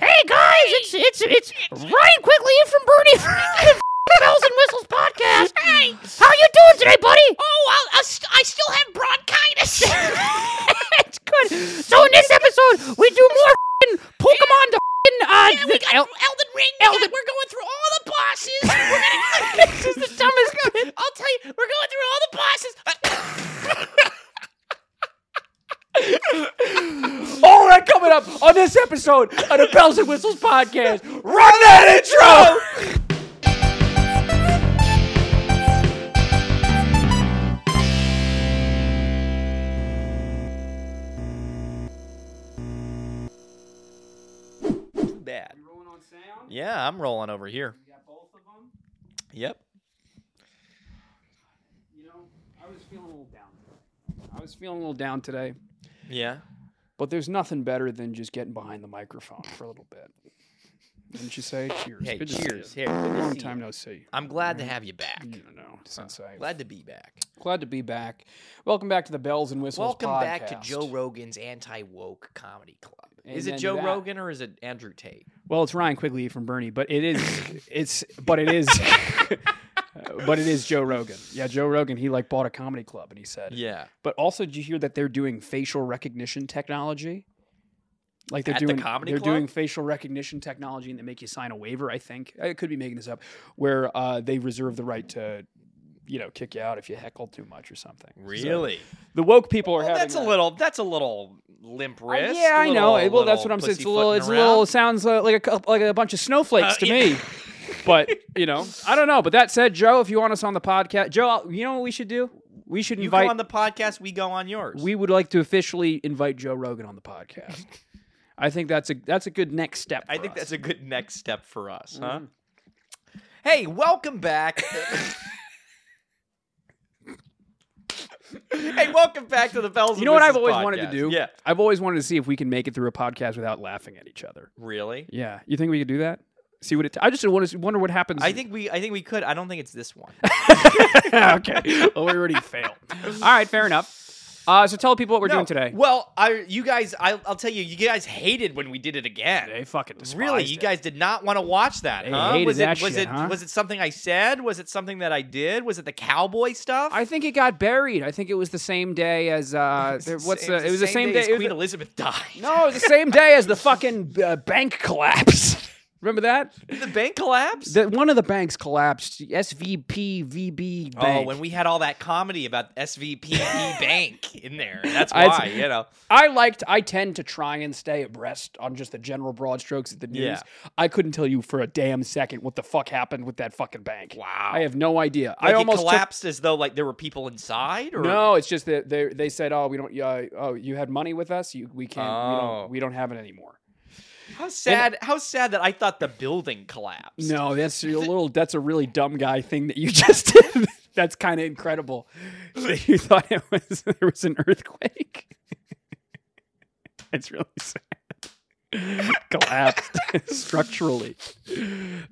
Hey guys, it's it's it's Ryan Quigley from Bernie from the Bells and Whistles podcast. Hey. how you doing today, buddy? Oh, I'll, I'll st- I still have bronchitis. it's good. So in this episode, we do more f***ing Pokemon to f***ing, uh, yeah, we the- got El- Elden Ring. we got- Elden- we're going through all the bosses. We're gonna- this is the dumbest. bit. I'll tell you, we're going through all the bosses. All that coming up on this episode of the Bells and Whistles podcast. Run that intro! too bad. Yeah, I'm rolling over here. Yep. You know, I was feeling a little down today. I was feeling a little down today, Yeah. but there's nothing better than just getting behind the microphone for a little bit. Didn't you say cheers? Hey, Good to see cheers. you. Here. good to Long see time you. no see. I'm glad to have you back. You know, since I Glad to be back. glad to be back. Welcome back to the Bells and Whistles. Welcome back to podcast. Joe Rogan's anti woke comedy club. is And it Joe that- Rogan or is it Andrew Tate? Well, it's Ryan Quigley from Bernie, but it is it's but it is but it is Joe Rogan. Yeah, Joe Rogan. He like bought a comedy club, and he said. Yeah. But also, did you hear that they're doing facial recognition technology? Like they're At the doing comedy they're club? doing facial recognition technology, and they make you sign a waiver. I think I could be making this up, where uh, they reserve the right to. You know, kick you out if you heckle too much or something. So, Really? the woke people are Well, having that's a that. little. That's a little limp Uh, wrist. yeah, I know. little- well, that's what little I'm saying. It's a pussyfooting little. It's a around. little. Sounds uh, like a cou- like a bunch of Uh, snowflakes to yeah. me. but you know, I don't know. But that said, Joe, if you want us on the podcast, Joe, I'll- you know what we should do? We should You invite. go on the podcast. We go on yours. we would like to officially invite Joe Rogan on the podcast. I think that's a that's a good next step. I for think us. that's Mm-hmm. a good next step for us, huh? Hey, welcome back. hey, welcome back to the Bells. You and know what I've Whistles always wanted to podcast. do? Yeah. I've always wanted to see if we can make it through a podcast without laughing at each other. Really? Yeah, you think we could do that? See what it. I just wonder, wonder what happens. I think we I think we could. I don't think it's this one. okay. Well, we already failed. All right, fair enough. Uh, so tell people what we're No. doing today. Well, I you guys I will tell you, you guys hated when we did it again. They fucking despised Really, you it. guys did not want to watch that, They huh? hated was it that was shit, it huh? was it something I said? Was it something that I did? Was it the cowboy stuff? I think it got buried. I think it was the same day as uh, there- what's Same- the? It was the same as day. it was Queen the- Elizabeth died. no, it was the same day as the fucking uh, bank collapse. Remember that? the bank collapse. The, one of the banks collapsed. SVP VB Oh, Bank. when we had all that comedy about SVPB Bank in there. That's I- why, you know. I liked. I tend to try and stay abreast on just the general broad strokes of the news. Yeah. I couldn't tell you for a damn second what the fuck happened with that fucking bank. Wow. I have no idea. Like I almost it took- collapsed as though like there were people inside or No, it's just that they they said, "Oh, we don't. Uh, oh, you had money with us. You, we can't. We, Oh. don't, we don't have it anymore." How sad! how sad that I thought the building collapsed. No, that's a little. That's a really dumb guy thing that you just did. that's kind of incredible. that you thought it was there was an earthquake. it's really sad. Collapsed structurally.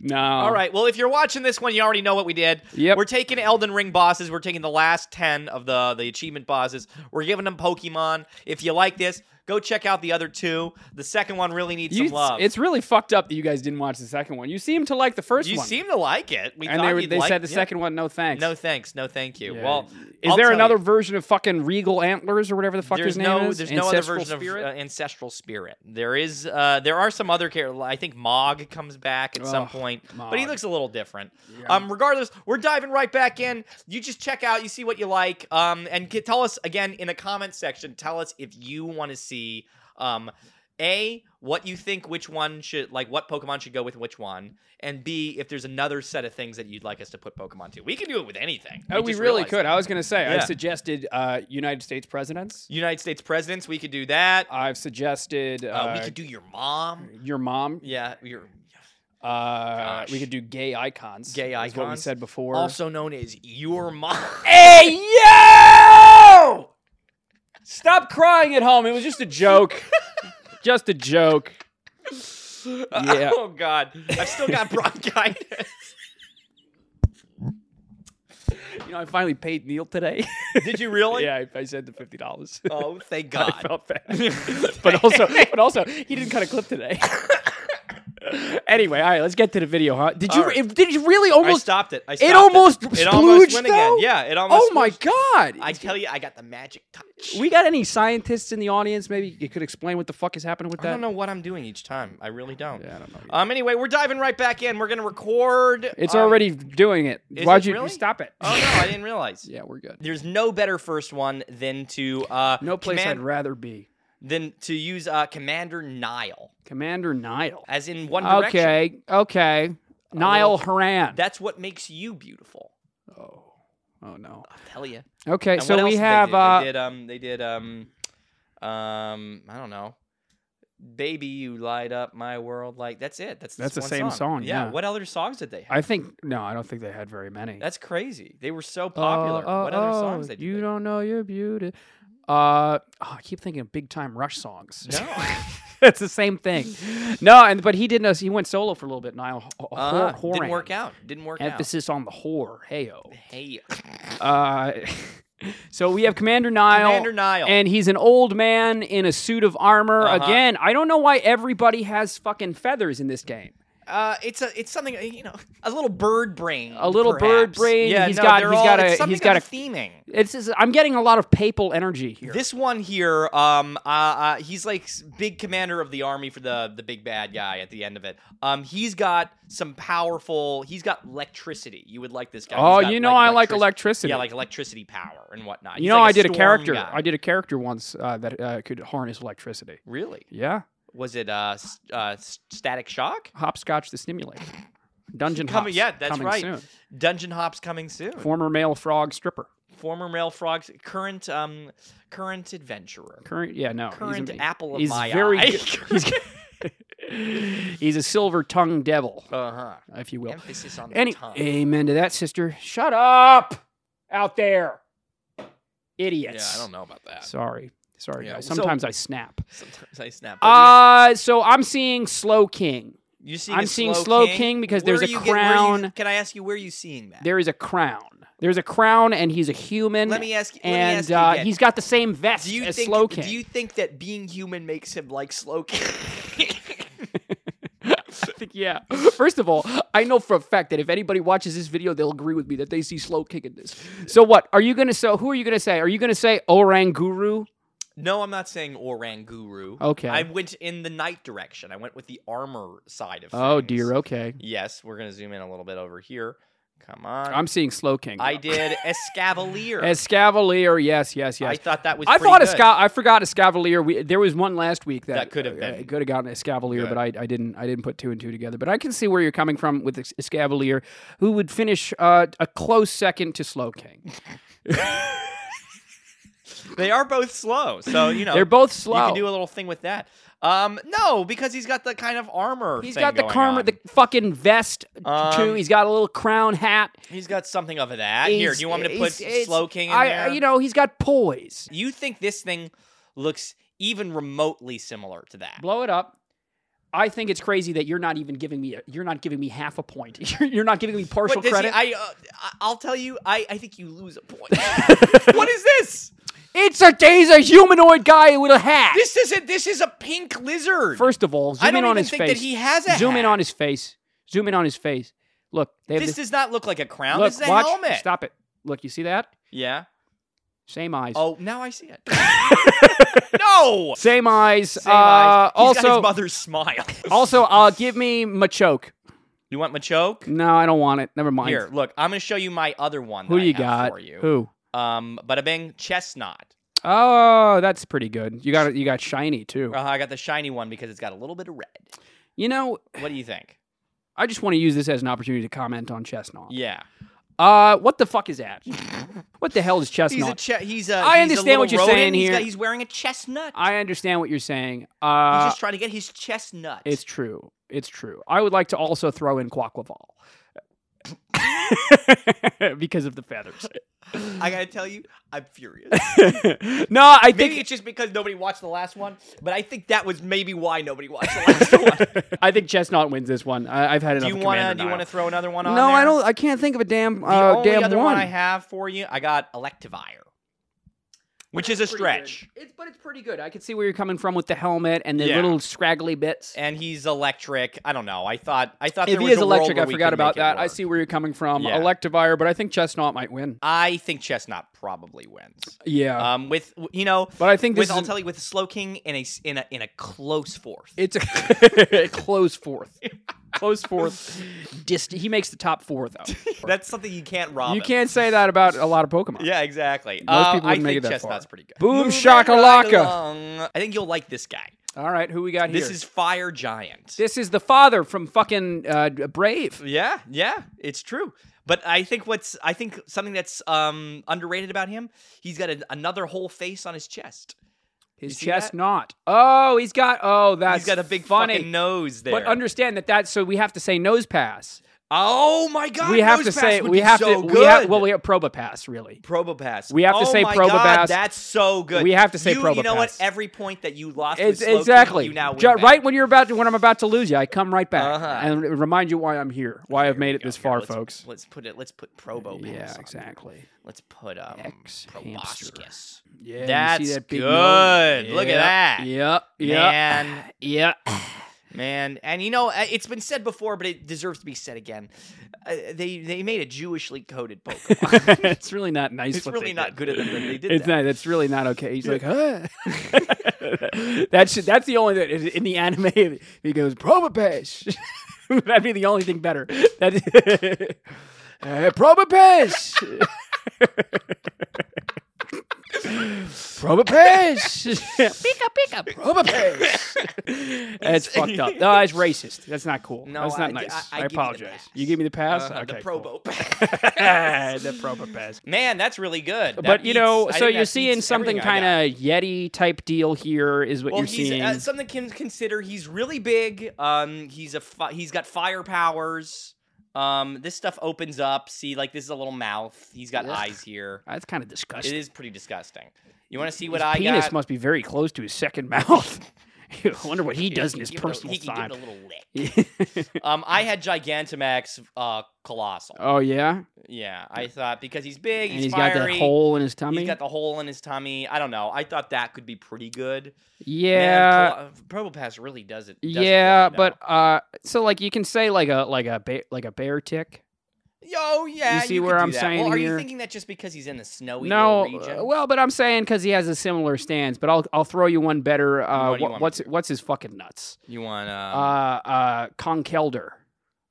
No. All right. Well, if you're watching this one, you already know what we did. Yep. We're taking Elden Ring bosses. We're taking the last ten of the the achievement bosses. We're giving them Pokemon. If you like this, go check out the other two. The second one really needs You, some love. it's really fucked up that you guys didn't watch the second one. You seem to like the first you one, seem to like it. We and thought they were- you'd they like- said the yeah. second one, no thanks. No thanks. No thank you. Yeah. Well, is I'll there tell another you, version of fucking Regal Antlers or whatever the fuck there's his name no is? there's no other Ancestral version Spirit? of uh, ancestral spirit. There is uh there are some other characters. I think Mog comes back at some Ugh, point, but he Mog. looks a little different. Um regardless, we're diving right back in. You just check out, you see what you like um and get, tell us again in the comment section, tell us if you want to see um a what you think which one should like what pokemon should go with which one and b if there's another set of things that you'd like us to put pokemon to we can do it with anything Oh, we just really realized could. that. I was gonna say Yeah. I've suggested uh, United States presidents. United States presidents, we could do that. Uh, I've suggested uh, we could do your mom. your mom. Yeah, your Uh, we Gosh. could do gay icons. Gay is What we icons. said before. also known as your mom. hey yo! Stop crying at home. It was just a joke. just a joke. Yeah. oh God, I've still got bronchitis. You know, I finally paid Neil today. Did you really? yeah, I, I said the fifty dollars. Oh, thank I God. felt bad, but also, but also, he didn't cut a clip today. anyway, all right, let's get to the video, huh? Did you? All right. if- did you really I almost? stopped it. I stopped it almost It, it almost splooged, went though? again. Yeah, it almost. oh my splooged. god! I tell you, I got the magic touch. we got any scientists in the audience? Maybe you could explain what the fuck is happening with I that. don't know what I'm doing each time. I really don't. Yeah, I don't know. Um. Anyway, we're diving right back in. We're gonna record. it's um, already doing it. is Why'd it you really? stop it? Oh no, I didn't realize. yeah, we're good. There's no better first one than to uh No place command, I'd rather be. than to use uh Commander Nile Commander Nile. as in One Direction. Oh, Okay, okay. Nile Haran. That's what makes you beautiful. oh, oh no. I'll tell you. Okay, And what so else we did they have. do? They uh, did, um. They did um. Um. I don't know. Baby, you light up my world. Like that's it. That's this That's the one same song, yeah. What other songs did they have? I think no, I don't think they had very many. That's crazy. They were so Oh, popular. oh, what other oh, songs did You they don't know your beauty. Uh, oh, I keep thinking of big time Rush songs. No. it's the same thing. No, and but he didn't. He went solo for a little bit. Nile H- H- Uh, Horan. didn't work out. Didn't work Emphasis on the whore. Heyo. out. Hey, Uh, so we have Commander Nile. Commander Nile. And he's an old man in a suit of armor. Uh-huh. Again, I don't know why everybody has fucking feathers in this game. uh, it's a it's something uh, you know a little bird brain. A little bird perhaps. brain. Yeah, He's no, got- they're he's all, got it's a- something he's got of a- theming. It's just, I'm getting a lot of papal energy here. This one here, um, uh, uh, he's like s- big commander of the army for the the big bad guy at the end of it. Um, he's got some powerful. He's got electricity. You would like this guy. oh, He's got, you know I like electric- electricity. Yeah, like electricity power and whatnot. you He's know like I did storm a character. guy. I did a character once uh, that uh, could harness electricity. really. Yeah, Was it uh, s- uh s- static shock? hopscotch the stimulator. Dungeon Coming- hops. yeah, that's coming right. soon. Dungeon hops coming soon. Former male frog stripper. Former male frogs, current um, current adventurer. Current. Yeah, no. he's Current ama- apple of he's my very eye. good- He's, he's a silver tongued devil, uh huh. if you will. Emphasis on the Any, tongue. amen to that, sister. Shut up out there, idiots. Yeah, I don't know about that. Sorry, sorry, Yeah, guys. so- Sometimes I snap. Sometimes I snap. But yeah, Uh, so I'm seeing Slow King. you seeing I'm a seeing slow, Slow king, King because Where there's a are you get- where are you- crown. can I ask you where are you seeing that? There is a crown. There's a crown, and he's a human. let me ask you. let me and ask you uh, again. he's got the same vest do you as think Slow King. do you think that being human makes him like slow king? I think yeah. First of all, I know for a fact that if anybody watches this video, they'll agree with me that they see Slow King in this. So what are you gonna? So who are you gonna say? Are you gonna say Orang Guru? no, I'm not saying orang guru. Okay. I went in the night direction. I went with the armor side of Oh things. dear. Okay. Yes, we're gonna zoom in a little bit over here. Come on. I'm seeing Slow King. I did Escavalier. Escavalier. Yes. Yes. I Yes. thought that was. I, pretty thought good. Esca- I forgot Escavalier. We, there was one last week that, That could have uh, been. could have gotten Escavalier, Good. but I, I didn't. I didn't put two and two together. But I can see where you're coming from with Es- Escavalier, who would finish uh, a close second to Slow King. They are both slow, so you know They're both You slow. can do a little thing with that. Um, no, because he's got the kind of armor. He's thing got the going karma, on. the fucking vest too. Um, He's got a little crown hat. He's got something of that. Here, He's- do you want me to put he's- it's- Slow King in I, there? You know, he's got poise. you think this thing looks even remotely similar to that? Blow it up. I think it's crazy that you're not even giving me. A, you're not giving me half a point. You're, you're not giving me partial What does he, credit. I, uh, I- I'll tell you, I, I think you lose a point. what is this? it's a he's a humanoid guy with a hat. This is a this is a pink lizard. First of all, zoom I don't in on even his think face. that he has a zoom in hat. on his face. Zoom in on his face. Look, they have This this. does not look like a crown. look, this is a watch. helmet. Stop it. Look, you see that? Yeah. Same eyes. Oh, now I see it. no. Same eyes. Same uh, eyes. He's also, got his mother's smile. also, uh, give me Machoke. you want Machoke? No, I don't want it. Never mind. Here, look. I'm gonna show you my other one. Who that I you have got? For you. Who? Um, bada bing, chestnut. Oh, that's pretty good. You got you got shiny too. Uh, I got the shiny one because it's got a little bit of red. You know, What do you think? I just want to use this as an opportunity to comment on Chestnut. Yeah, Uh, what the fuck is that? what the hell is Chestnut? he's a che- he's a. he's I a understand what little you're saying rodent. He's, here. got- he's wearing a chestnut. I understand what you're saying. he's Uh, just trying to get his chestnut. it's true. It's true. I would like to also throw in Quaquaval. because of the feathers. I gotta tell you, I'm furious. no, I Maybe think it's just because nobody watched the last one, but I think that was maybe why nobody watched the last one. I think Chestnut wins this one. I, I've had do enough. you of want to? Commander Do you want to Nile. throw another one on? No, there? I don't. I can't think of a damn The uh, only damn other one. I have for you, I got Electivire, which is a stretch, It's but it's pretty good. I can see where you're coming from with the helmet and the Yeah. little scraggly bits. and he's electric. I don't know. I thought I thought If there he was is a world electric, where I we forgot could make about it that. I work. see where you're coming from. Yeah. Electivire, but I think Chestnut might win. I think Chestnut probably wins. Yeah, Um, with you know, but I think this with is I'll an- tell you, with Slow King in a s- in a in a close fourth. it's a close fourth. Close fourth. Dist- he makes the top four though. That's something you can't rob. You him. can't say that about a lot of Pokemon. Yeah, exactly. Most Uh, people I wouldn't make think it that Chestnut's far. pretty good. Boom Moving shakalaka. right along. I think you'll like this guy. All right, who we got This here? is Fire Giant. this is the father from fucking uh, Brave. Yeah, yeah, it's true. But I think what's I think something that's um underrated about him, he's got a, another whole face on his chest. His see chest that? not. Oh, he's got. Oh, that's he's got a big funny. fucking nose there. But understand that that's so we have to say nose pass. oh my god, we have nose pass to say would we be have so to good. we have well we have proba pass really. Probopass. we have to Oh say my Probopass. God, that's so good. We have to say you, You know what? Probopass. Every point that you lost, It's with Slow King, exactly you now win Ju- back. right when you're about to when I'm about to lose you, I come right back Uh-huh. and r- remind you why I'm here, why I've made it Here we this go. far, Let's- folks. Let's put it. Let's put Probopass. Yeah, on. exactly. Let's put um, Ex hamster. Proboscis. Yeah, you That's see that big good. nose? Look at that. Yep, Yep. Yep. Man, Yep. Man, and you know uh, it's been said before, but it deserves to be said again. Uh, they they made a Jewishly coded Pokemon. it's really not nice. It's what they really not did. good of them that they did It's that. not. That's really not okay. He's like, huh? that should, that's the only that in the anime he goes Probopash. That'd be the only thing better. That uh, Probopash. Probopash. Pick up, pick up. Probopash. that's fucked up. Uh, No, that's racist. That's not cool. No, that's not I- nice. I- I I, give you the apologize. pass. You, give me the pass. Uh, okay, the Probo. Cool. the Probopash. Man, that's really good. That but you know, beats- I so think you're that seeing beats something everything I kind of yeti type deal here, is what got. Well, you're he's seeing. uh, something can consider. He's really big. Um, he's a fi- he's got fire powers. Um, this stuff opens up. See, like this is a little mouth. He's got Ugh. eyes here. That's kind of It disgusting. is pretty disgusting. You want to see what his I penis got? must be very close to his second mouth. I wonder what he does in his Give it a- personal He can give time. it a little lick. Um, I had Gigantamax uh, Colossal. oh yeah, Yeah, I thought because he's big, and he's, he's got fiery. that hole in his tummy. He's got the hole in his tummy. I don't know. I thought that could be pretty good. yeah, Probo Pass really does it. does it yeah, for me, but uh, so like you can say like a like a ba- like a bear tick. though. yo, yeah, see could where do I'm that. saying Well, are you here? thinking that just because he's in the snowy No, little region? uh, well, but I'm saying because he has a similar stance. But I'll I'll throw you one better. Uh, What do you wh- want me what's to what's his fucking nuts? you want? Uh, Um, uh, Conkelder.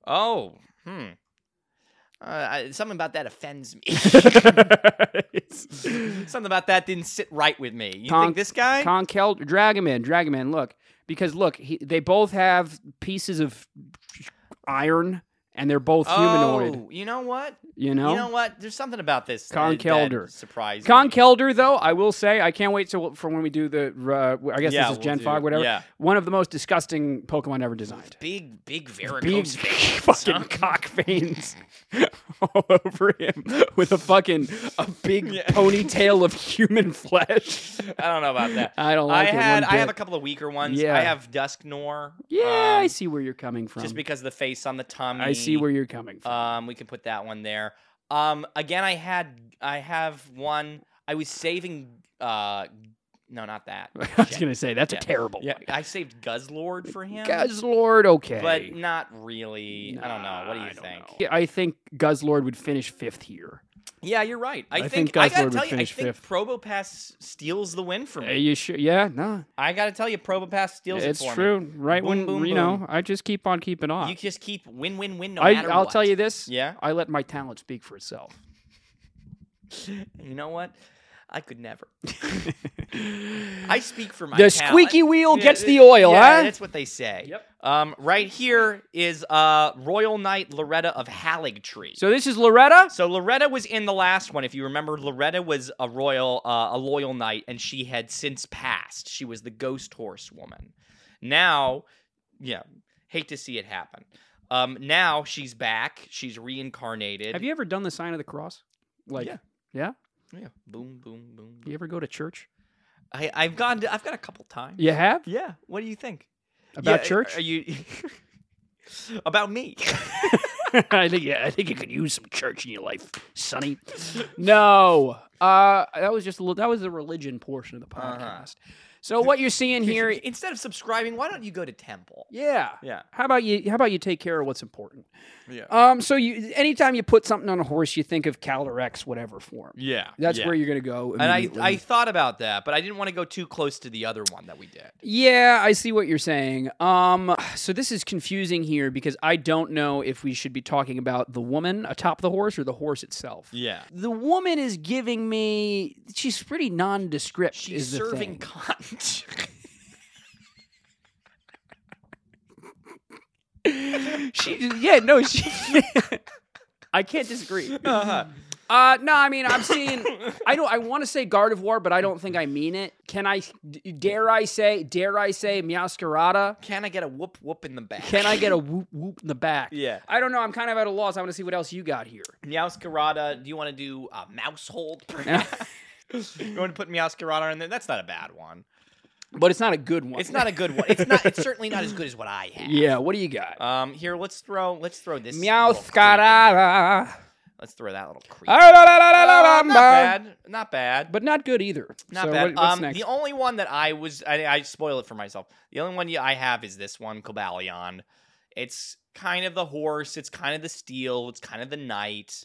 oh, hmm. Uh, I, something about that offends me. something about that didn't sit right with me. You Con- think this guy? Conkel, Dragoman, Dragoman. Look, because look, he, they both have pieces of iron, and they're both humanoid. Oh, you know what? You know, You know what? There's something about this. uh, Conkelder. That surprised me. Conkelder, though, I will say, I can't wait till for when we do the. Uh, I guess Yeah, this is we'll Gen do- Fog, whatever. yeah. One of the most disgusting Pokemon ever designed. Big, big Big varicose veins. fucking huh? cock veins all over him with a fucking a big Yeah. ponytail of human flesh. I don't know about that. I don't I like it. had one I have a bit. couple of weaker ones. Yeah. I have Dusknor. Yeah, um, I see where you're coming from. Just because of the face on the tummy. I see where you're coming from. Um, we can put that one there. Um, again, I had I have one. I was saving. Uh, no, not that. I was Shit. gonna say that's Yeah. a terrible yeah, one. I saved Guzzlord for him. Guzzlord, okay, But not really. I don't know. What do Nah, you I don't think? know. I think Guzzlord would finish fifth here. Yeah, you're right. I, I think, think I gotta Guzzlord would tell you, I finish think fifth. Probopass steals the win for Are me. Uh, you sure? Yeah, no, I gotta tell you, Probopass steals it's it for true. Right Boom, when boom, you boom. know, I just keep on keeping me. on. You just keep win, win, win, no I, matter I'll what. tell you this. Yeah. I let my talent speak for itself. You know what? I could never. I speak for my the talent. squeaky wheel Yeah, gets th- the oil, yeah, huh? That's what they say. Yep. Um, right here is uh Royal Knight Loretta of Halligtree. So, So this is Loretta. so Loretta was in the last one. If you remember, Loretta was a royal, uh, a loyal knight, and she had since passed. She was the ghost horse woman. Now, yeah, hate to see it happen. Um, now she's back. She's reincarnated. Have you ever done the sign of the cross? Like, Yeah. yeah? Yeah. Boom, boom, boom. You ever go to church? I, I've gone. To, I've gone a couple times. You have Yeah. What do you think about Yeah, church? Are you about me? I think yeah, I think you could use some church in your life, Sonny. No, uh, that was just a little, that was the religion portion of the Uh-huh. podcast. So what you're seeing here, instead of subscribing, why don't you go to temple? yeah. Yeah. How about you? How about you take care of what's important? Yeah. Um. So you, anytime you put something on a horse, you think of Calderex, whatever form. Yeah. That's yeah. where you're gonna go. And I, immediately. I thought about that, but I didn't want to go too close to the other one that we did. Yeah, I see what you're saying. Um, so this is confusing here because I don't know if we should be talking about the woman atop the horse or the horse itself. Yeah. The woman is giving me. She's pretty nondescript. She's is the serving thing. cunt. She just, yeah, no, she. I can't disagree. uh-huh. Uh, no, I mean, I'm seeing. I don't. I want to say Gardevoir, but I don't think I mean it. Can I? d- Dare I say? Dare I say Miascarada? Can I get a whoop whoop in the back? Can I get a whoop whoop in the back? Yeah. I don't know. I'm kind of at a loss. I want to see what else you got here. Meowscarada, do you want to do a mouse hold? perhaps? you want to put Meowscarada in there? That's not a bad one. But it's not a good one. It's not a good one. It's not. It's certainly not as good as what I had. Yeah, what do you got? Um. Here, let's throw. Let's throw this. Meow little creep in there. scarada. Ah, Let's throw that little creep. Oh, Uh, not Ah-la-la-la-la-la-la. bad. Not bad. But not good either. Not so bad. What, what's um, next? the only one that I was, I, I spoil it for myself. The only one I have is this one, Cobalion. It's kind of the horse. It's kind of the steel. It's kind of the knight.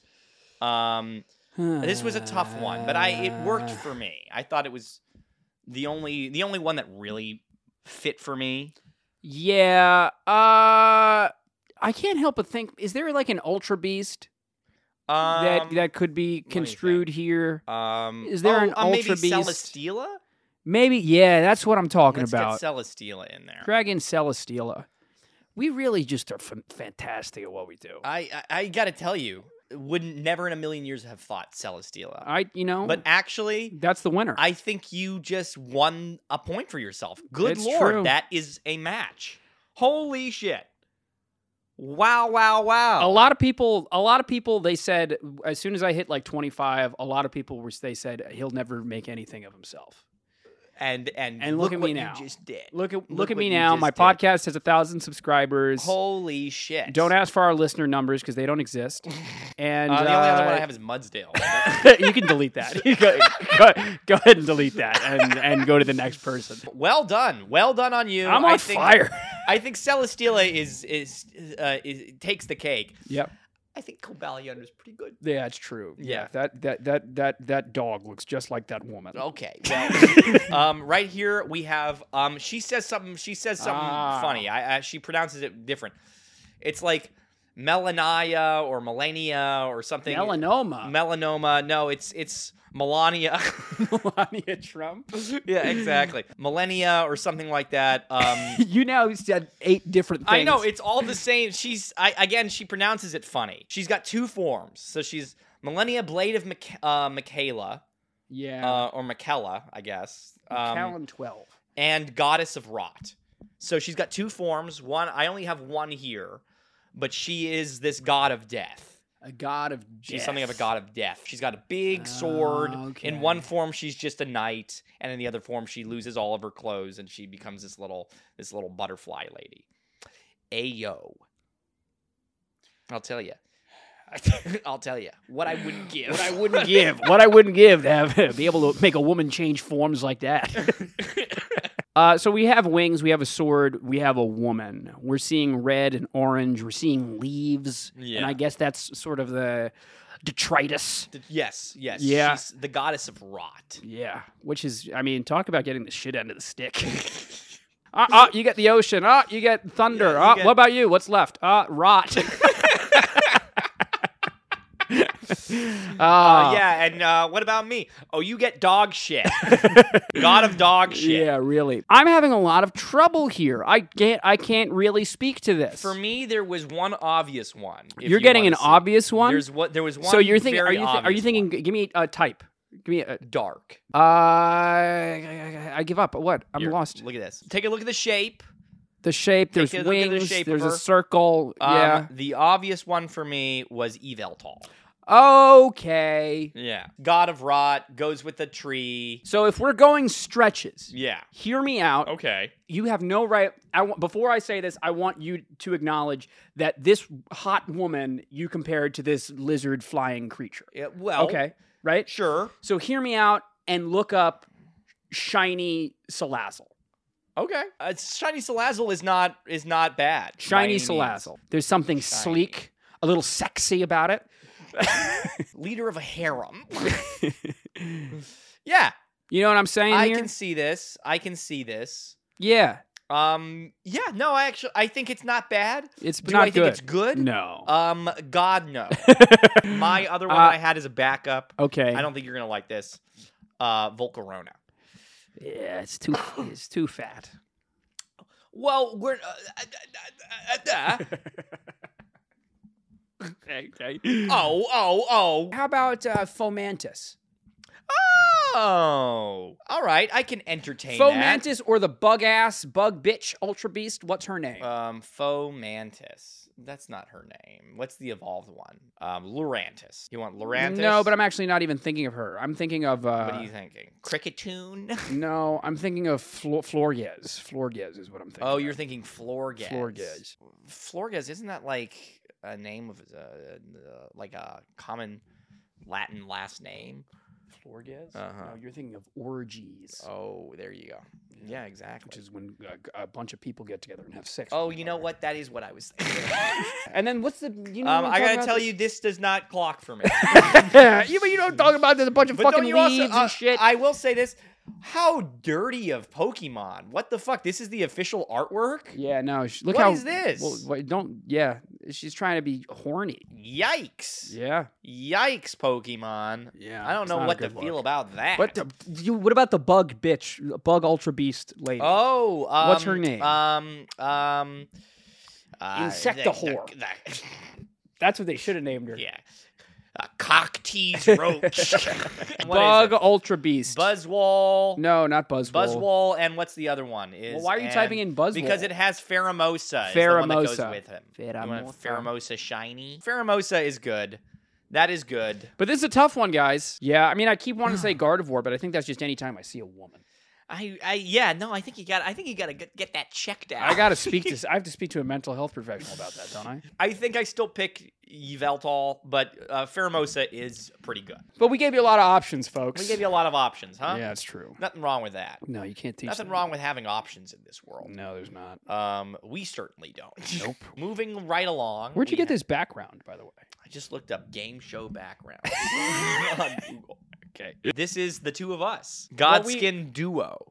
Um, this was a tough one, but I it Uh, worked for me. I thought it was the only the only one that really fit for me. Yeah. Uh, I can't help but think: Is there like an ultra beast Um, that that could be think. construed here? um, is there oh, an uh, Ultra maybe Beast? Celesteela? Maybe. Yeah, that's what I'm talking Let's about. get Celesteela in there. Dragon Celesteela. We really just are f- fantastic at what we do. I, I, I I gotta tell you, wouldn't never in a million years have thought Celesteela. you know, But actually, that's the winner. I think you just won a point for yourself. Good It's lord, true. that is a match. Holy shit. Wow, wow, wow. a lot of people a lot of people they said as soon as i hit like 25 a lot of people were they said he'll never make anything of himself and and And look at what me you now. just did. look at look, Look at what me you now my just did. podcast has a thousand subscribers Holy shit. don't ask for our listener numbers because they don't exist and Uh, the only other uh, one I have is Mudsdale. you can delete that go, go, go ahead and delete that and and go to the next person well done, well done on you. i'm I on think, fire I think Celesteela is is uh, is takes the cake. yep I think Cobalion is pretty good. yeah it's true Yeah. that that that that that dog looks just like that woman Okay. Well, um, right here we have. Um, she says something. She says something Ah. funny. I, I she pronounces it different. It's like Melania or Melania or something. melanoma Melanoma. No, it's it's Melania. melania trump yeah, exactly. Millennia or something like that. Um, you now said eight different things. I know it's all the same. She's I, again. She pronounces it funny. She's got two forms. So she's Millennia Blade of Mic- uh, Michaela yeah. uh, or Michaela, I guess. Um, Callan twelve. and Goddess of Rot. So she's got two forms. One, I only have one here, but she is this god of death. A god of She's something of a god of death. She's got a big sword. Ah, okay. In one form, she's just a knight, and in the other form, she loses all of her clothes and she becomes this little this little butterfly lady. Ayo. I'll tell you. I'll tell you what I wouldn't give. What I wouldn't give. What I wouldn't give to have be able to make a woman change forms like that. Uh, so we have wings. We have a sword. We have a woman. We're seeing red and orange. We're seeing leaves. And Yeah. I guess that's sort of the detritus. yes, yes. Yeah. She's the goddess of rot. Yeah, which is, I mean, talk about getting the shit end of the stick. Ah, ah, you get the ocean. Ah, you get thunder. Yeah, you ah, get- what about you? What's left? Ah, rot. Uh, Ah, yeah, and uh, what about me? Oh, you get dog shit. God of dog shit. yeah, really. I'm having a lot of trouble here. I can't, I can't really speak to this. For me, there was one obvious one. if you're you getting an wanna see. obvious one. There's what there was one. so you're thinking? Are very you? thi- are you obvious thinking? one. Give me a type. Give me a. dark? Uh, I I- I give up. What? I'm Here, lost. Look at this. Take a look at the shape. the shape. There's a look at the wings. shape of there's a her. circle. Um, yeah. The obvious one for me was Evil Tall. Okay. Yeah. God of Rot goes with the tree. So if we're going stretches, Yeah. hear me out. Okay. You have no right. I want before I say this, I want you to acknowledge that this hot woman you compared to this lizard flying creature. Yeah, well. Okay. Right. Sure. So hear me out and look up shiny salazzle. Okay. Uh, shiny Salazzle is not is not bad. by Shiny any means. salazzle. There's something Shiny. sleek, a little sexy about it. Leader of a harem. yeah. You know what I'm saying I here? can see this. I can see this. yeah. Um. Yeah. No. I actually. I think it's not bad. It's Do not I think good. it's good? No. Um. God no. My other one Uh, I had is a backup. okay. I don't think you're gonna like this. Uh, Volcarona. Yeah, it's too it's too fat. Well, we're. Uh, uh, uh, uh, uh, okay. oh, oh, How about uh, Fomantis? oh, oh. All right, I can entertain Fomantis or the bug ass, bug bitch, ultra beast? What's her name? that. Um, Fomantis. That's not her name. What's the evolved one? Um, Lurantis. You want Lurantis? no, but I'm actually not even thinking of her. I'm thinking of What uh, are you thinking? Cricketune? no, I'm thinking of Flo- Florges. Florges is what I'm thinking. Oh, of. you're thinking Florges. Florges. Florges, isn't that like a name of uh, uh, like a common Latin last name? Florges. Uh-huh. No, you're thinking of orgies, Oh, there you go. Yeah, exactly. which is when uh, a, a bunch of people get together and have sex. oh, with you one know another. what? That is what I was thinking. And then what's the? You know um, what I'm I talking gotta about? tell you, this does not clock for me. you, but you don't talk about there's a bunch of But fucking don't you also- leaves uh, and shit. I will say this: how dirty of Pokemon! What the fuck? This is the official artwork. yeah, no. She, look What how is this? Well, wait, don't. Yeah, she's trying to be horny. Yikes! Yeah, Yikes, Pokemon! yeah. I don't know what to feel about that. What the, you? What about the bug bitch, bug ultra beast lady? Oh, um, What's her name? Um, um, uh, Insectahor. the- the- That's what they should have named her. yeah, a cock tease roach. What is Bug it? ultra beast. Buzzwall. no, not Buzzwall. Buzzwall, and what's the other one? Is why are you and- typing in Buzzwall? Because it has Pheromosa. is the one that goes Pheromosa. with him. Pheromosa. You want Pheromosa shiny. Pheromosa is good. That is good. But this is a tough one, guys. Yeah, I mean, I keep wanting to say Gardevoir, but I think that's just any time I see a woman. I, I yeah no I think you got I think you got to get, get that checked out. I gotta speak to. I have to speak to a mental health professional about that, don't I? I think I still pick Yveltal, but uh, Pheromosa is pretty good. But we gave you a lot of options, folks. We gave you a lot of options, huh? Yeah, it's true. Nothing wrong with that. No, you can't teach. Nothing them. wrong with having options in this world. No, there's not. Um, we certainly don't. Nope. Moving right along. Where'd you we get ha- this background, by the way? I just looked up game show background on Google. Okay. This is the two of us, Well, we- Godskin duo.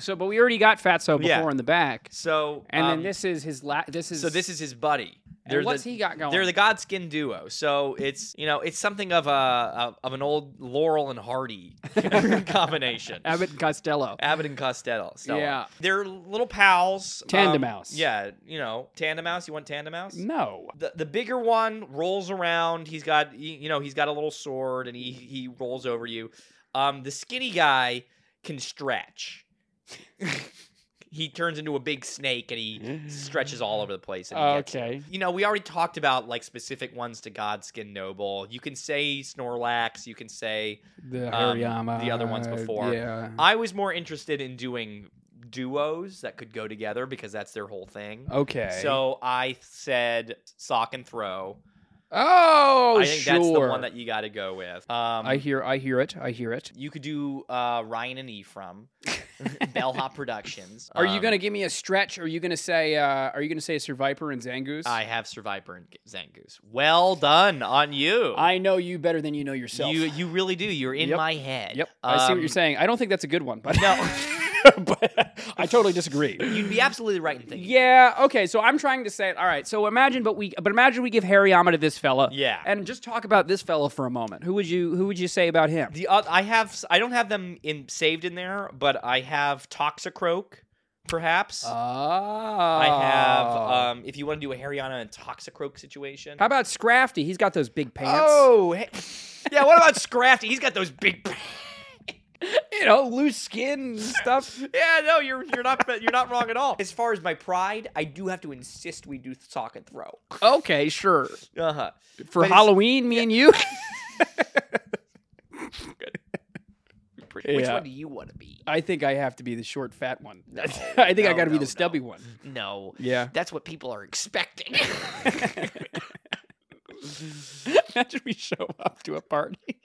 So, but we already got Fatso before Yeah. in the back, So and um, then this is his la- This is So this is his buddy. and what's the, he got going? They're the Godskin duo. So it's you know it's something of a of- of an old Laurel and Hardy combination. Abbott and Costello. Abbott and Costello. So Yeah. they're little pals. Um, Tandem Mouse. Yeah, you know, Tandem Mouse. You want Tandem Mouse? No. the, the bigger one rolls around. He's got y- you know he's got a little sword and he he rolls over you. Um, the skinny guy can stretch. he turns into a big snake and he stretches all over the place. And he gets you. Okay. You know, we already talked about like specific ones to Godskin Noble. You can say Snorlax. You can say The Um, Hariyama. uh, the other ones before. Um, Yeah. I was more interested in doing duos that could go together because that's their whole thing. Okay. So I said sock and throw. Oh, I think sure. that's the one that you got to go with. Um, I hear. I hear it. I hear it. you could do uh, Ryan and Ephraim, Bellhop Productions. Are you Um, gonna give me a stretch? Are you gonna say? Uh, are you gonna say Survivor and Zangoose? I have Survivor and Zangoose. Well done on you. I know you better than you know yourself. you you really do. You're in Yep. my head. Yep, I see what you're Um, saying. I don't think that's a good one, but No. but I totally disagree. You'd be absolutely right in thinking. Yeah, okay. So I'm trying to say, all right. So imagine, but we, but imagine we give Hariyama to this fella, Yeah. and just talk about this fella for a moment. Who would you, who would you say about him? The oth- I have I don't have them in saved in there, but I have Toxicroak, perhaps. Oh, I I have um, if you want to do a Harryana and Toxicroak situation. How about Scrafty? He's got those big pants. Oh, hey- yeah. What about Scrafty? He's got those big. you know, loose skin and stuff. Yeah, no, you're you're not you're not wrong at all. As far as my pride, I do have to insist we do sock and throw. Okay, sure. Uh huh. For But it's- Halloween, me and you. Which Yeah. one do you want to be? I think I have to be the short, fat one. I think I no, got to be no, the stubby no. one. No, Yeah. that's what people are expecting. Imagine we show up to a party.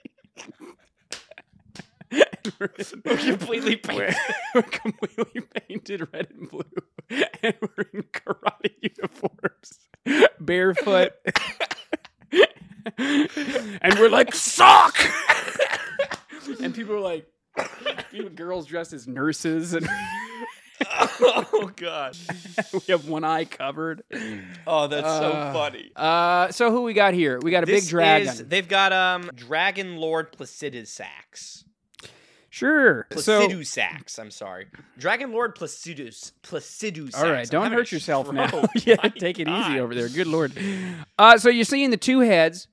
we're completely painted. We're completely painted red and blue, and we're in karate uniforms, barefoot, and we're like sock. and people are like, people girls dressed as nurses, and oh god. we have one eye covered. Oh, that's Uh, so funny. Uh, so who we got here? We got a This big dragon. is- they've got um Dragon Lord Placidus Sax. sure. So Placidus Sax, I'm sorry. Dragon Lord Placidus Placidus All right, Sax. I'm don't having hurt a yourself now. stroke. yeah, My take it God. easy over there. Good lord. Uh, so you're seeing the two heads,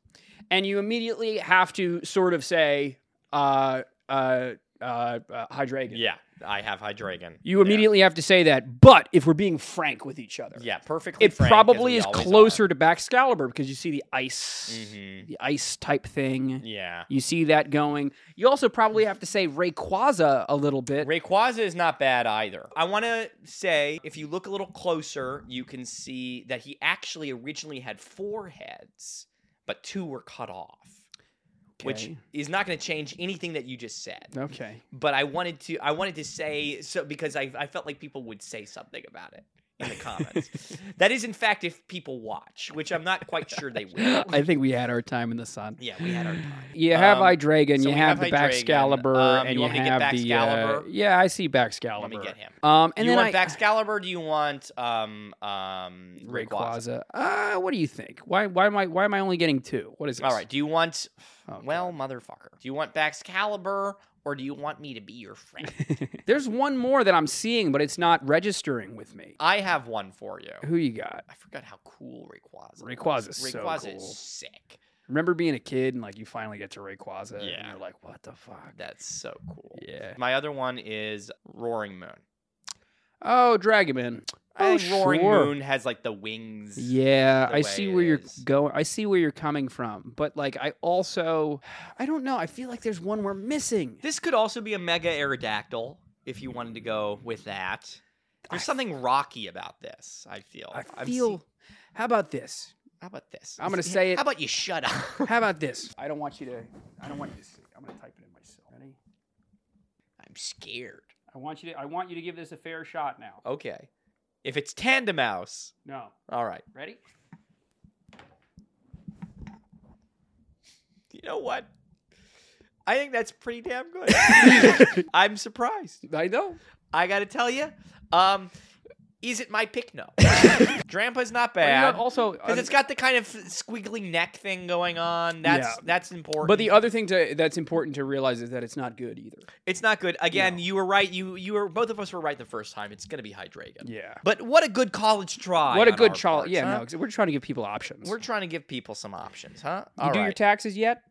and you immediately have to sort of say, uh, uh, uh, uh, "Hi, Dragon." Yeah, I have High Dragon. You Yeah. immediately have to say that. But if we're being frank with each other, Yeah, perfectly. it probably is closer to Baxcalibur because you see the ice, hmm the ice type thing. Yeah. You see that going. You also probably have to say Rayquaza a little bit. Rayquaza is not bad either. I want to say, if you look a little closer, you can see that he actually originally had four heads, but two were cut off, which Okay. is not going to change anything that you just said. okay. But I wanted to, I wanted to say so because I, I felt like people would say something about it in the comments. that is, in fact, if people watch, which I'm not quite sure they will. I think we had our time in the sun. yeah, we had our time. You have Um, I Dragon, so you we have, have the Hydreigon. Baxcalibur, Um, and you you, want me to get have the uh, Baxcalibur? yeah. I see Baxcalibur. Let me get him. Um, and do you then want I Baxcalibur? Do you want um um Rayquaza? Rayquaza. Uh, what do you think? Why why am I why am I only getting two? What is this? All right. Do you want? Oh, Well, motherfucker. Do you want Baxcalibur or do you want me to be your friend? God. there's one more that I'm seeing, but it's not registering with me. I have one for you. Who you got? I forgot how cool Rayquaza. Rayquaza is. is so Rayquaza cool. is sick. Remember being a kid and like you finally get to Rayquaza, and Yeah. you're like, what the fuck? That's so cool. Yeah. My other one is Roaring Moon. Oh, Dragonman. I Oh, think Roaring sure. Moon has like the wings. Yeah, the I see way where it you're is. going. I see where you're coming from, but like I also I don't know. I feel like there's one we're missing. This could also be a Mega Aerodactyl if you wanted to go with that. There's I- something rocky about this. I feel. I I've feel seen- How about this? How about this? I'm gonna Is- say it- How about you shut up? How about this? I don't want you to I don't want you to see. I'm going to type it in myself. Ready? I'm scared. I want you to I want you to give this a fair shot now. Okay. If it's Tandem Mouse, No. all right. Ready? You know what? I think that's pretty damn good. I'm surprised. I know. I got to tell you, um, is it my pick? No. Drampa's not But you know, bad. also Because it's got the kind of squiggly neck thing going on. That's Yeah. that's important. but the other thing to, that's important to realize is that it's not good either. it's not good. Again, No. you were right. You you were both of us were right the first time. It's gonna be Hydreigon. Yeah. But what a good college try. What a on good our child. parts, Yeah, huh? no, 'cause we're trying to give people options. We're trying to give people some options, huh? you All do your right. taxes yet?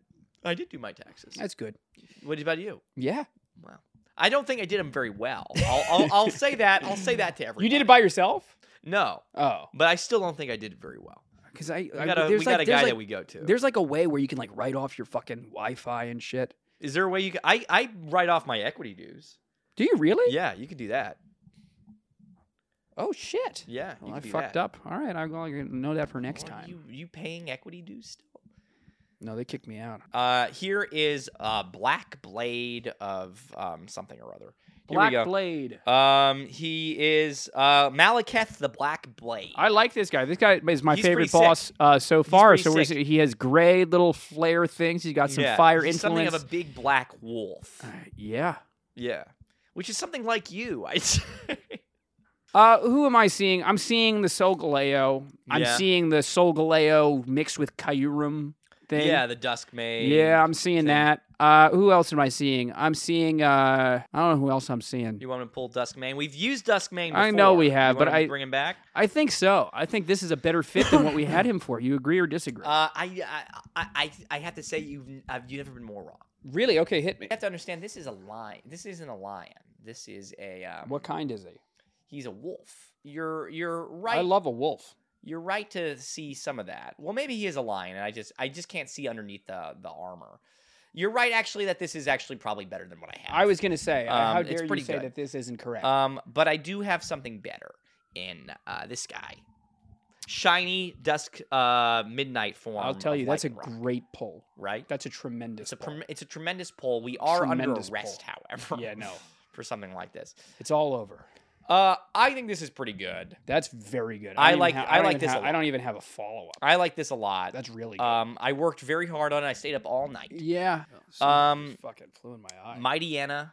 I did do my taxes. That's good. What about you? Yeah. Wow. I don't think I did them very well. I'll, I'll, I'll say that. I'll say that to everyone. You did it by yourself? no, Oh. but I still don't think I did it very well. Cuz I, We I- got a, we there's like, got a there's guy like- that we go to. There's like a way where you can like write off your fucking Wi-Fi and shit. Is there a way you can? I I write off my equity dues. Do you really? Yeah, you could do that. Oh shit. Yeah, you Well, I could do fucked that. up. All right, I'm going to know that for next Aren't time. You you paying equity dues still? No, they kicked me out. Uh, here is uh Black Blade of um something or other. Here Black we go. Blade. um, he is uh Malekith the Black Blade. I like this guy. This guy is my He's pretty favorite sick. boss uh, so far. pretty So we're, sick. he has gray little flare things. He's got some Yeah, fire he's influence. Something of a big black wolf. Uh, yeah. Yeah. Which is something like you. I Uh, who am I seeing? I'm seeing the Solgaleo. I'm Yeah. seeing the Solgaleo mixed with Kyurem thing. Yeah, the Dusk Maid. Yeah, I'm seeing thing. that. Uh, who else am I seeing? I'm seeing. Uh, I don't know who else I'm seeing. You want me to pull Dusk Maid? We've used Dusk Maid before. I know we You have, want but me to I- bring him back. I think so. I think this is a better fit than what we had him for. You agree or disagree? Uh, I, I I I I have to say you have I've, you've never been more wrong. Really? Okay, hit me. You have to understand this is a lion. This isn't a lion. This is a um, What kind is he? he's a wolf. You're you're right. I love a wolf. you're right to see some of that. Well, maybe he is a lion, and I just I just can't see underneath the the armor. You're right, actually, that this is actually probably better than what I have. I was gonna say, uh, how Um, it's dare you pretty say good. that this isn't correct? Um, but I do have something better in uh, this guy. Shiny dusk uh, midnight form. I'll tell of you, that's a Lycanroc, great pull. right. That's a tremendous. It's a pull. trem- it's a tremendous pull. We are Tremendous under arrest, however. Yeah, no, For something like this, it's all over. uh, I think this is pretty good. That's very good. I don't even like- ha- I don't like even this ha- a lot. I don't even have a follow up. I like this a lot. That's really good. Um, I worked very hard on it. I stayed up all night. yeah. um, Oh, fucking flew in my eye. Mighty Anna.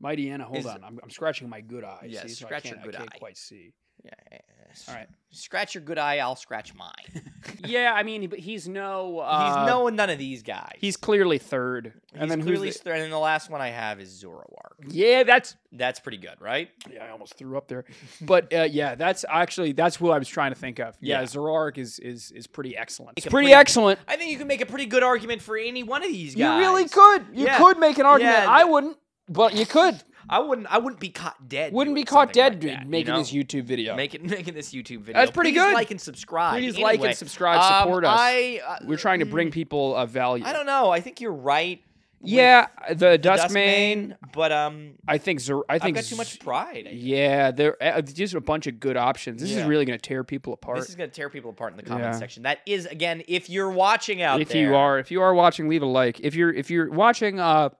Mighty Anna, hold is- on. I'm, I'm scratching my good eye. Yeah, see, so scratch I can't, your good I can't eye. quite see. Yeah, s- All right. Scratch your good eye. I'll scratch mine. yeah, I mean, but he's no. uh, he's no none of these guys. He's clearly third, He's and then clearly who's? the- st- and then the last one I have is Zoroark. yeah, that's. That's pretty good, right? Yeah, I almost threw up there, but uh, yeah, that's actually that's who I was trying to think of. Yeah, Yeah. Zoroark is is is pretty excellent. It's can pretty pretty- excellent. I think you can make a pretty good argument for any one of these You guys. really could. You Yeah. could make an argument. Yeah. I wouldn't, but you could. I wouldn't. I wouldn't be caught dead. Wouldn't be doing caught something dead like dude, that, you making know? this YouTube video. making making this YouTube video. That's pretty Please good. Like and subscribe. Please like and Anyway, subscribe, um, support us. I, uh, We're trying to mm, bring people a value. I don't know. I think you're right. with Yeah, the Dustman. Dustman, but um, I think. Zor- I I have think got too Z- much pride. I think. Yeah, there uh, just a bunch of good options. This is Yeah. really going to tear people apart. This is going to tear people apart in the comment Yeah. section. That is, again, if you're watching out if there. you are if you are watching, leave a like. If you're if you're watching, uh,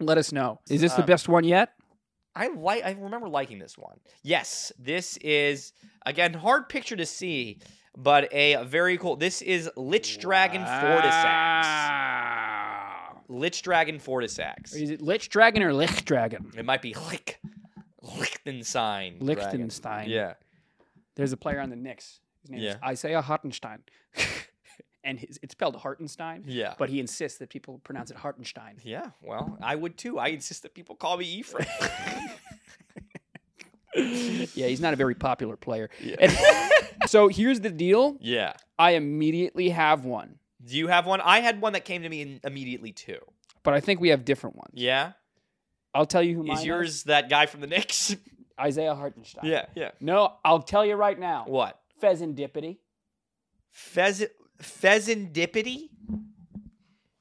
let us know. Is this the Uh, best one yet? I like. I remember liking this one. Yes, this is again hard picture to see, but a very cool. This is Lich Dragon Fortisax. Wow. Lich Dragon Fortisax. Is it Lich Dragon or Lich Dragon? It might be Lick, Lichtenstein. dragon. Liechtenstein. Yeah. There's a player on the Knicks. His name is Yeah. Isaiah Hartenstein, and his, it's spelled Hartenstein, Yeah. but he insists that people pronounce it Hartenstein. Yeah. Well, I would too. I insist that people call me Ephraim. yeah, he's not a very popular player. yeah. So here's the deal. yeah. I immediately have one, Do you have one? I had one that came to me in, immediately too. but I think we have different ones. Yeah. I'll tell you who mine Is yours that guy from the Knicks? Isaiah Hartenstein. yeah, yeah. No, I'll tell you right now. What? Pheasantipity. Pheasant pheasantipity?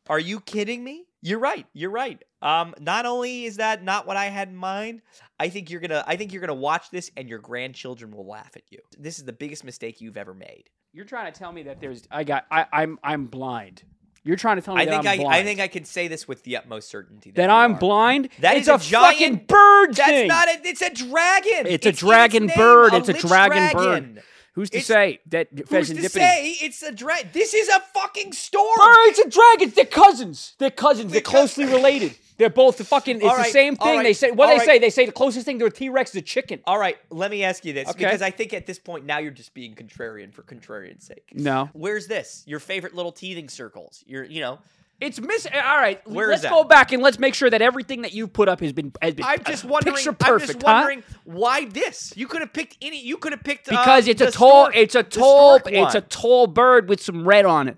Are you kidding me? You're right. You're right. Um, not only is that not what I had in mind, I think you're gonna I think you're gonna watch this and your grandchildren will laugh at you. This is the biggest mistake you've ever made. You're trying to tell me that there's I got I, I'm I'm blind. You're trying to tell me I that think I'm I, blind. I think I can say this with the utmost certainty. that you I'm are. blind. That is it's a a fucking giant- bird That's thing. not a it's a dragon. It's a in dragon name, bird. It's a lich dragon bird. dragon. Who's to it's- say that Who's pheasantipity? to say it's a dragon? This is a fucking story. Birds and dragons, they're cousins. They're cousins. They're They're cous- closely related. They're both the fucking. It's All the right, same all thing. right, They say what all they right. say. They say the closest thing to a T Rex is a chicken. All right, let me ask you this Okay. because I think at this point now you're just being contrarian for contrarian's sake. No, Where's this? Your favorite little teething circles. Your, you know, it's miss. eh, All right, Where let's is that? go back and let's make sure that everything that you put up has been. Has been I'm just wondering. uh, Picture I'm perfect, just huh? wondering uh, why this. You could have picked any. You could have picked um, because it's a the tall stork- it's a the tall stork it's a one. tall bird with some red on it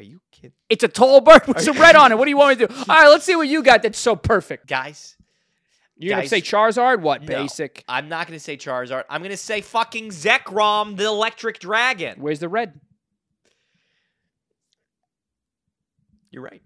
Are you kidding, it's a tall bird with some red on it what do you want me to do all right let's see what you got that's so perfect guys? you're gonna Guys, say charizard what no. basic I'm not going to say Charizard. I'm going to say fucking Zekrom, the electric dragon. where's the red You're right.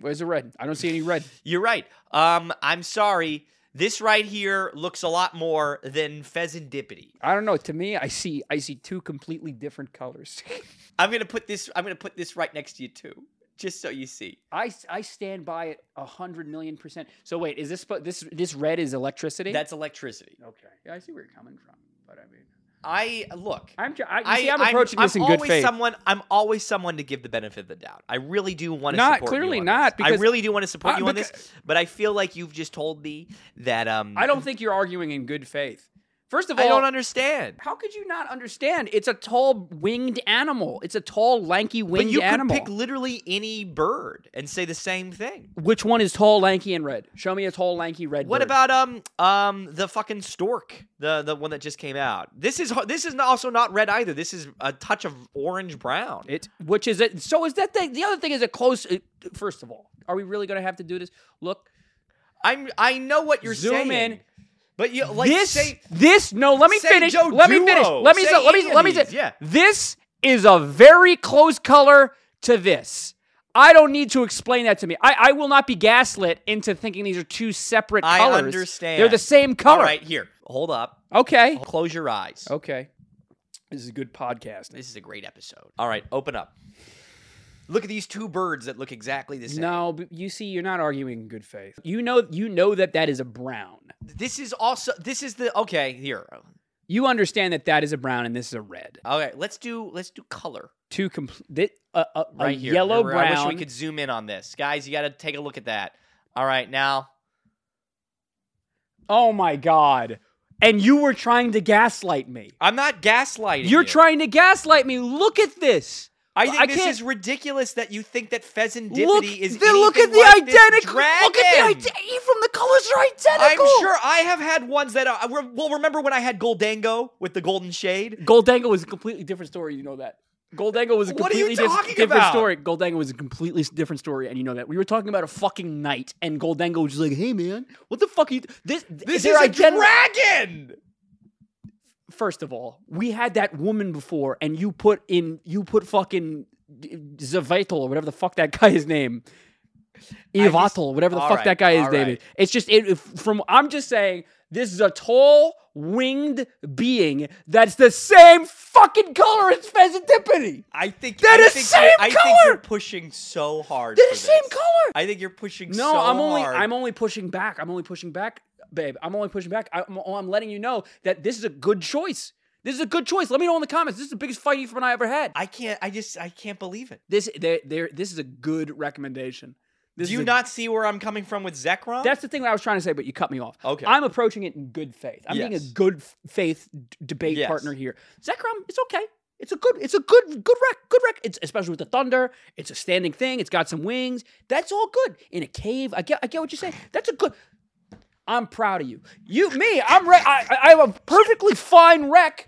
where's the red i don't see any red You're right. Um, I'm sorry. This right here looks a lot more than Pheasantipity. i don't know to me i see i see two completely different colors I'm gonna put this. I'm gonna put this right next to you too, just so you see. I, I stand by it a hundred million percent. So wait, is this spo- this this red is electricity? That's electricity. okay. Yeah, I see where you're coming from, but I mean, I look. I'm tr- I, I, you see, I'm I'm- approaching I'm this in good always faith. Someone, I'm always someone to give the benefit of the doubt. I really do want to. Not- support clearly you on not, This. because- I really do want to support Uh, you on because- this, but I feel like you've just told me that. Um, I don't think you're arguing in good faith. First of all, I don't understand. how could you not understand? It's a tall winged animal. It's a tall, lanky But winged you could animal. pick literally any bird and say the same thing. Which one is tall, lanky, and red? Show me a tall, lanky, red. What bird. about um um the fucking stork, the the one that just came out? This is this is also not red either. This is a touch of orange brown. It, which is it? So is that thing? The other thing is a close. It, first of all, are we really going to have to do this? Look, I'm I know what you're Zoom saying. in. But you like this, say this. No, let me say finish. Joe let me finish. Duo. Let me. Say let any me. of Let me. these, say- yeah. This is a very close color to this. I don't need to explain that to me. I, I will not be gaslit into thinking these are two separate I colors. understand. They're the same color. all right here. Hold up. Okay. Close your eyes. Okay. This is a good podcast. This is a great episode. All right, open up. Look at these two birds that look exactly the same. No, but you see, you're not arguing in good faith. You know, you know that that is a brown. This is also this is the okay, here. You understand that that is a brown and this is a red. Okay, let's do let's do color. Two complete. Uh, uh, right a here. yellow Remember, brown. I wish we could zoom in on this, guys. You got to take a look at that. All right, now Oh my god! And you were trying to gaslight me. I'm not gaslighting. You're you. trying to gaslight me. Look at this. I think I this can't- is ridiculous that you think that pheasantipity Look, is. the, look at anything the like this identical. Look at dragon. the identi- Even the colors are I'm identical. sure I have had ones uh, that are. Well, remember when I had Goldango with the golden shade? Goldango was a completely different story. You know that. Goldango was a What are you completely dis- talking different about? story. Goldango was a completely s- different story, and you know that. We were talking about a fucking knight, and Goldango was just like, "Hey man, what the fuck? Are you this? This they're is identi- a dragon. First of all, we had that woman before, and you put in you put fucking Zavatel or whatever the fuck that guy is name. just- Ivatel, whatever the all fuck right, that guy is, all David. right. It's just it, if- from. I'm just saying, this is a tall, winged being that's the same fucking color as Pheasantipity. I think They're I the think same you're- I think you're color! pushing so hard. They're for the same this. color. I think you're pushing. No, so I'm only hard. I'm only pushing back. I'm only pushing back, babe. I'm only pushing back. I- I'm, I'm letting you know that this is a good choice. This is a good choice. Let me know in the comments. This is the biggest fight you've I ever had. I can't. I just. I can't believe it. This there there this is a good recommendation. This Do is you a- not see where I'm coming from with Zekrom? That's the thing that I was trying to say, but you cut me off. Okay. I'm approaching it in good faith. I'm being a Yes. good f- faith d- debate Yes. partner here. Zekrom, it's okay. It's a good, it's a good, good rec, good rec. It's especially with the thunder. It's a standing thing. It's got some wings. That's all good in a cave. I get, I get what you're saying. That's a good. I'm proud of you. You, me, I'm re- I, I- I'm a perfectly fine wreck,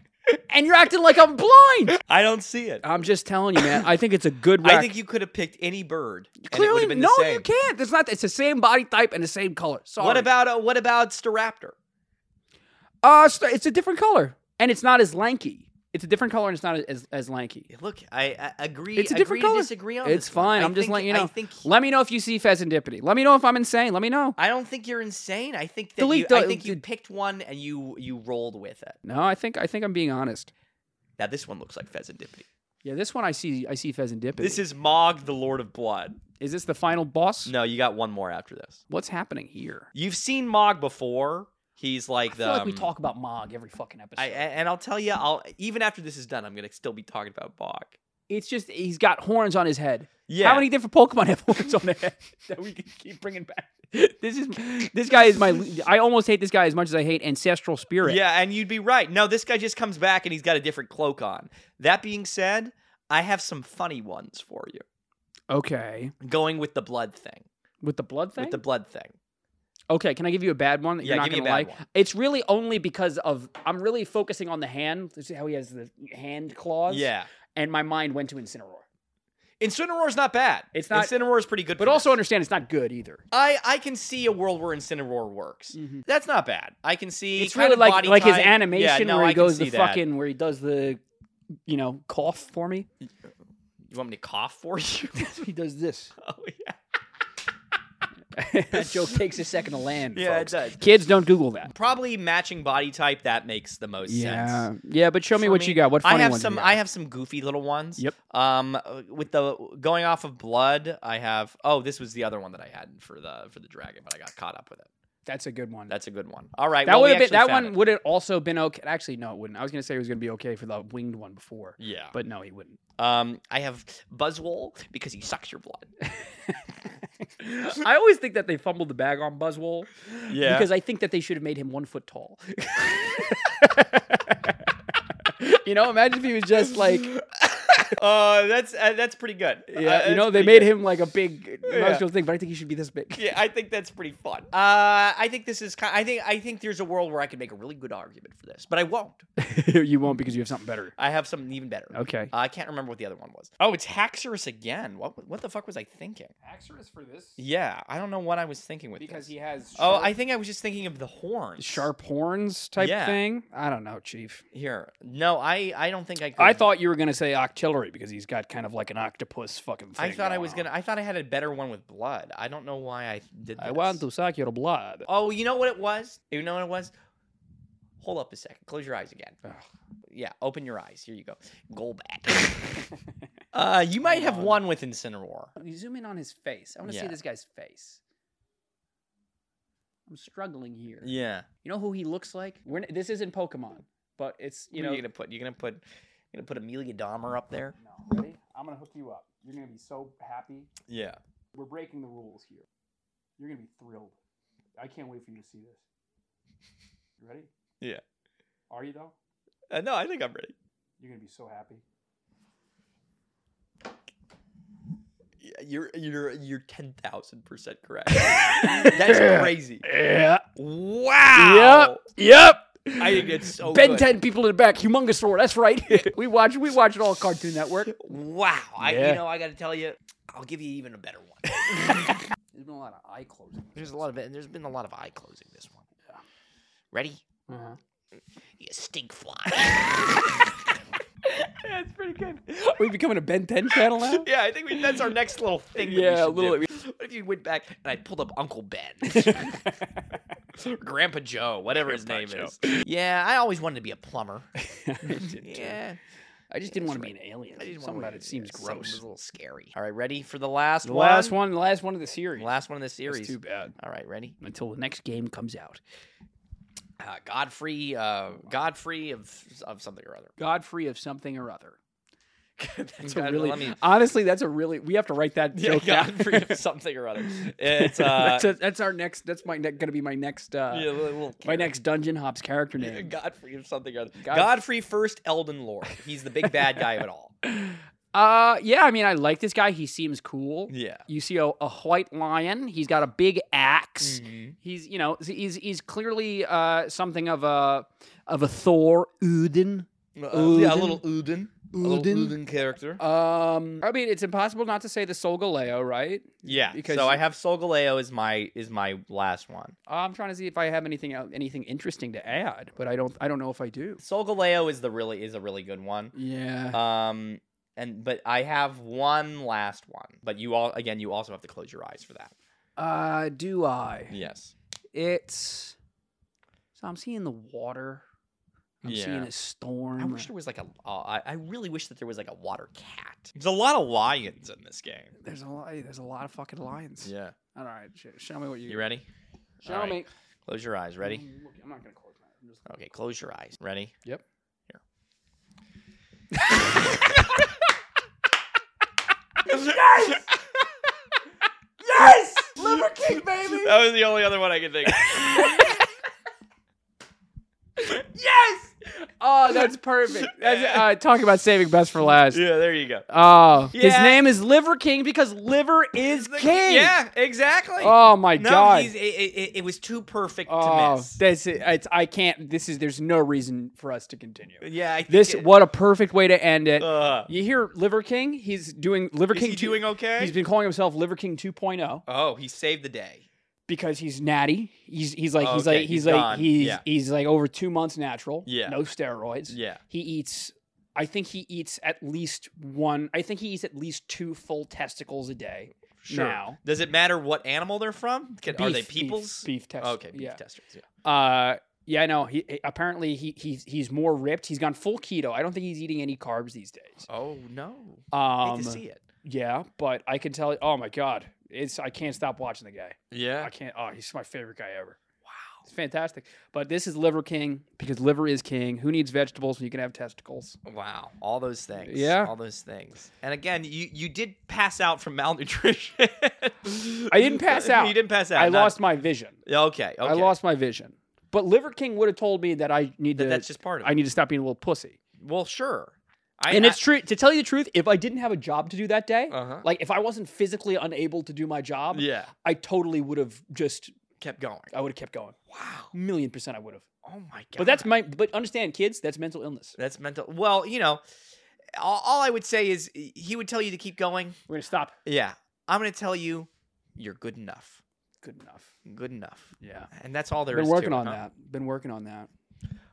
and you're acting like I'm blind. I don't see it. I'm just telling you, man. I think it's a good wreck. I think you could have picked any bird. and it would Clearly, have been the no, same. you can't. It's not. It's the same body type and the same color. Sorry. What about uh, what about Staraptor? Uh, it's- it's a different color, and it's not as lanky. It's a different color, and it's not as as lanky. Look, I, I agree. It's a agree different to color. disagree on It's this one. fine. I I'm just think- letting you I know. think Let me know if you see Pheasantipity. Let me know if I'm insane. Let me know. I don't think you're insane. I think that Delete you, I the- think you the- picked one and you you rolled with it. No, I think I think I'm being honest. Now this one looks like Pheasantipity. Yeah, this one I see. I see Pheasantipity. This is Mog, the Lord of Blood. is this the final boss? No, you got one more after this. What's happening here? You've seen Mog before. He's like I the. feel like we um, talk about Mog every fucking episode. I, a- and I'll tell you, I'll even after this is done, I'm gonna still be talking about Mog. it's just he's got horns on his head. Yeah. How many different Pokemon have horns on their head that we can keep bringing back? This is this guy is my. I almost hate this guy as much as I hate Ancestral Spirit. Yeah, and you'd be right. No, this guy just comes back and he's got a different cloak on. That being said, I have some funny ones for you. Okay. Going with the blood thing. With the blood thing. With the blood thing. Okay, can I give you a bad one that you're Yeah, not give me gonna a bad like? one. It's really only because of I'm really focusing on the hand. You See how he has the hand claws? Yeah. And my mind went to Incineroar. Incineroar's not bad. It's not- Incineroar's pretty good. But for also this. understand it's not good either. I I can see a world where Incineroar works. Mhm. That's not bad. I can see. It's kind really of like body like his type. animation yeah, no, where he I can goes the see that. fucking where he does the you know, cough for me. You want me to cough for you? he does this. oh yeah. that joke takes a second to land. Yeah, folks. it does. Kids don't Google that. Probably matching body type that makes the most sense. Yeah. Yeah, but show me for what you got. What funny I have ones you some. got? I have some goofy little ones. Yep. Um, uh, with the going off of blood, I have. Oh, this was the other one that I had for the for the dragon, but I got caught up with it. That's a good one. That's a good one. All right. that well, we would have actually been that found one it. would have also been okay. Actually, no, it wouldn't. I was gonna say it was gonna be okay for the winged one before, Yeah. but no, he wouldn't. Um, I have Buzzwole because he sucks your blood. I always think that they fumbled the bag on Buzzwole Yeah. because I think that they should have made him one foot tall. you know, imagine if he was just like, uh, that's uh, that's pretty good. Uh, yeah, you that's know, they pretty made good. him like a big emotional thing, but I think he should be this big. Yeah, I think that's pretty fun. Uh, I think this is. ki I think I think there's a world where I could make a really good argument for this, but I won't. you won't because you have something better. I have something even better. Okay. Uh, I can't remember what the other one was. Oh, it's Haxorus again. What what the fuck was I thinking? Axorus for this Yeah, I don't know what I was thinking with this. has. oh, I think I was just thinking of the horns. sharp horns type Yeah. thing. I don't know, Chief. Here, no, I I don't think I. Could. I thought you were gonna say octillery because he's got kind of like an octopus fucking. Thing I thought I going was on. gonna. I thought I had a better one with blood. I don't know why I did. This. I want to suck your blood. Oh, you know what it was? You know what it was? Hold up a second. Close your eyes again. Ugh. Yeah, open your eyes. Here you go. Go back. uh, you might have Hold on. won with Incineroar. You zoom in on his face. I want to Yeah. see this guy's face. I'm struggling here. Yeah. You know who he looks like? We're n- this isn't Pokemon, but it's you You know, know. you're gonna put. You're gonna put. You're gonna put Amelia Dahmer up there. No, ready? I'm gonna hook you up. You're gonna be so happy. Yeah. We're breaking the rules here. You're gonna be thrilled. I can't wait for you to see this. You ready? Yeah. Are you though? Uh, no, I think I'm ready. You're gonna be so happy. Yeah, You're you're you're ten thousand percent correct. That's crazy. Yeah. Wow. Yep. I think that's so ben good. 10 people in the back, humongous roar. That's right. we watch we watch it all Cartoon Network. Wow. I Yeah. you know I got to tell you, I'll give you even a better one. There's been a lot of eye closing. There's a lot of there's been a lot of eye closing this one. Ready? Uh-huh. You stink fly. That's pretty good. Are we becoming a Ben 10 channel now? Yeah, I think we, that's our next little thing. that we Yeah, a should little- do. What if you went back and I pulled up Uncle Ben, Grandpa Joe, whatever his name is? Yeah, I always wanted to be a plumber. yeah, I just didn't that's want to right. be an alien. I didn't Something wanna- about it seems yeah, something was gross. a little scary. All right, ready for the last The one? last one, the last one of the series. Last one in this That's series. too bad. All right, ready? Until the next game comes out. Uh, Godfrey, uh, Godfrey of of something or other. Godfrey of something or other. That's It's a really, let me. honestly, that's a really. We have to write that Yeah, joke down. Godfrey of something or other. It's uh, that's, a- that's our next. That's my ne- gonna be my next. Uh, yeah, little My next dungeon hops character name. Godfrey of something or other. God- Godfrey first Elden Lord. He's the big bad guy of it all. Uh, yeah. I mean, I like this guy. He seems cool. Yeah. You see a, a white lion. He's got a big ax Mm. Mm-hmm. He's you know he's he's clearly uh something of a of a Thor Odin. Uh, yeah, a Udin. little Udin. A little Udin. Udin character. Um, I mean, it's impossible not to say the Solgaleo, right? yeah. because- so I have Solgaleo is my is my last one. I'm trying to see if I have anything el- anything interesting to add, but I don't I don't know if I do. Solgaleo is the really is a really good one. Yeah. Um and but I have one last one. But you all again you also have to close your eyes for that. Uh, do I? Yes. It's so I'm seeing the water. I'm seeing Yeah. a storm. I wish there was like a. Uh, I, I really wish that there was like a water cat. There's a lot of lions in this game. there's a lot. There's a lot of fucking lions. Yeah. All right, sh- show me what you. You ready? Show All right. me. Close your eyes. Ready? I'm looking- I'm not gonna close my. eyes. I'm just- Okay, close your eyes. Ready? Mm. Yep. yes! yes! Liver King, baby! That was the only other one I could think of. yes! Oh, that's perfect. That's, uh, talking about saving best for last. Yeah, there you go. Oh, his Yeah. name is Liver King because liver is king. Yeah, exactly. Oh my no, god. He's, it, it, it was too perfect to oh, miss. this is, it's, I can't. This is. There's no reason for us to continue. yeah, I think This. it- What a perfect way to end it. Uh, you hear Liver King? He's doing Liver is King. he 2 doing okay? He's been calling himself Liver King 2.0 oh, he saved the day. because he's natty. He's he's like he's Okay, like he's he's, like gone. he's Yeah. he's like over two months natural. Yeah. no steroids. Yeah. he eats. I think he eats at least one. I think he eats at least two full testicles a day. Sure. Now. Does it matter what animal they're from? Can, are they Beef- beef- peoples? Beef, test. Okay, beef yeah. testers. Yeah. Uh, yeah, no. He he- apparently he he's he's more ripped. He's gone full keto. I don't think he's eating any carbs these days. Oh no. Um, Hate to see it. yeah, but I can tell. Oh my god, it's I can't stop watching the guy. Yeah. I can't. Oh, he's my favorite guy ever. It's fantastic. But this is liver king because liver is king. Who needs vegetables when you can have testicles? Wow, all those things. Yeah. all those things. And again, you you did pass out from malnutrition. I didn't pass out. You didn't pass out. I not- lost my vision. Yeah, Okay, okay. I lost my vision. But liver king would have told me that I need That- to. that's just part of it. I need to stop being a little pussy. well, sure. I, and it's true. To tell you the truth, if I didn't have a job to do that day, Uh-huh. like if I wasn't physically unable to do my job, yeah, I totally would have just. kept going. I would have kept going. Wow. Million percent, I would have. Oh my god. But that's my. But understand, kids, that's mental illness. that's mental. Well, you know, all, all I would say is he would tell you to keep going. We're gonna stop. Yeah, I'm gonna tell you, you're good enough. Good enough. Good enough. Yeah. And that's all there is. to Been working it, on huh? that. Been working on that.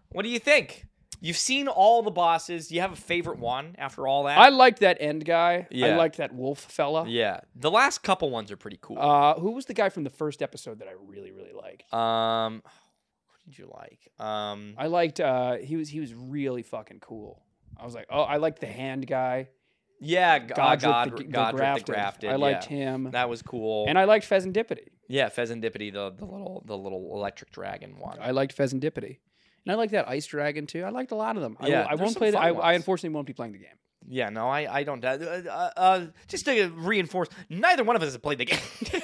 What do you think? You've seen all the bosses. Do you have a favorite one after all that? I liked that end guy. I Yeah. liked that wolf fella. yeah. The last couple ones are pretty cool. Uh, who was the guy from the first episode that I really really liked? um, what did you like? Um, I liked. Uh, he was he was really fucking cool. I was like, oh, I liked the hand guy. yeah, G- uh, Godric, God, the, Godric the the, Grafted. Grafted, I liked yeah. him, That was cool. and I liked Pheasantipity. yeah, Pheasantipity, the the little the little electric dragon one. I liked Pheasantipity, and I liked that Ice Dragon too. I liked a lot of them. I will- Yeah, I, there's won't some play. The, fun I, I ones. unfortunately won't be playing the game. yeah, no, I I don't. Uh, uh, uh, just to reinforce, neither one of us has played the game.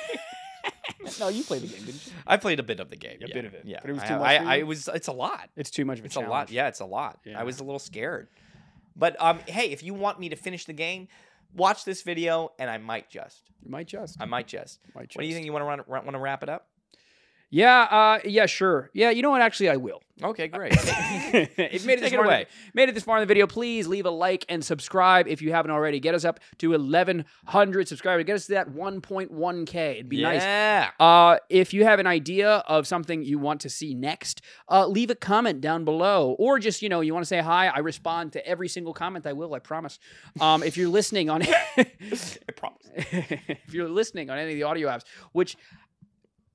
No, you played the game, didn't you? I played a bit of the game. A yeah, bit of it, Yeah, but it was I, too have- much I, for I you? was. It's a lot. It's too much of a It's challenge. a lot. Yeah, it's a lot. Yeah. I was a little scared. But um, hey, if you want me to finish the game, watch this video, and I might just, You might just. I might just. might just. What do you think? You want to run, run, want to wrap it up? Yeah. Uh, yeah. Sure. Yeah. You know what? Actually, I will. Okay, great. it made Take it, this it far in the- away. made it this far in the video. Please leave a like and subscribe if you haven't already. Get us up to 1,100 subscribers. Get us to that 1.1K. It'd be nice. yeah. Uh, if you have an idea of something you want to see next, uh, leave a comment down below, or just you know you want to say hi. I respond to every single comment. I will. I promise. Um, if you're listening on, I promise. if you're listening on any of the audio apps, which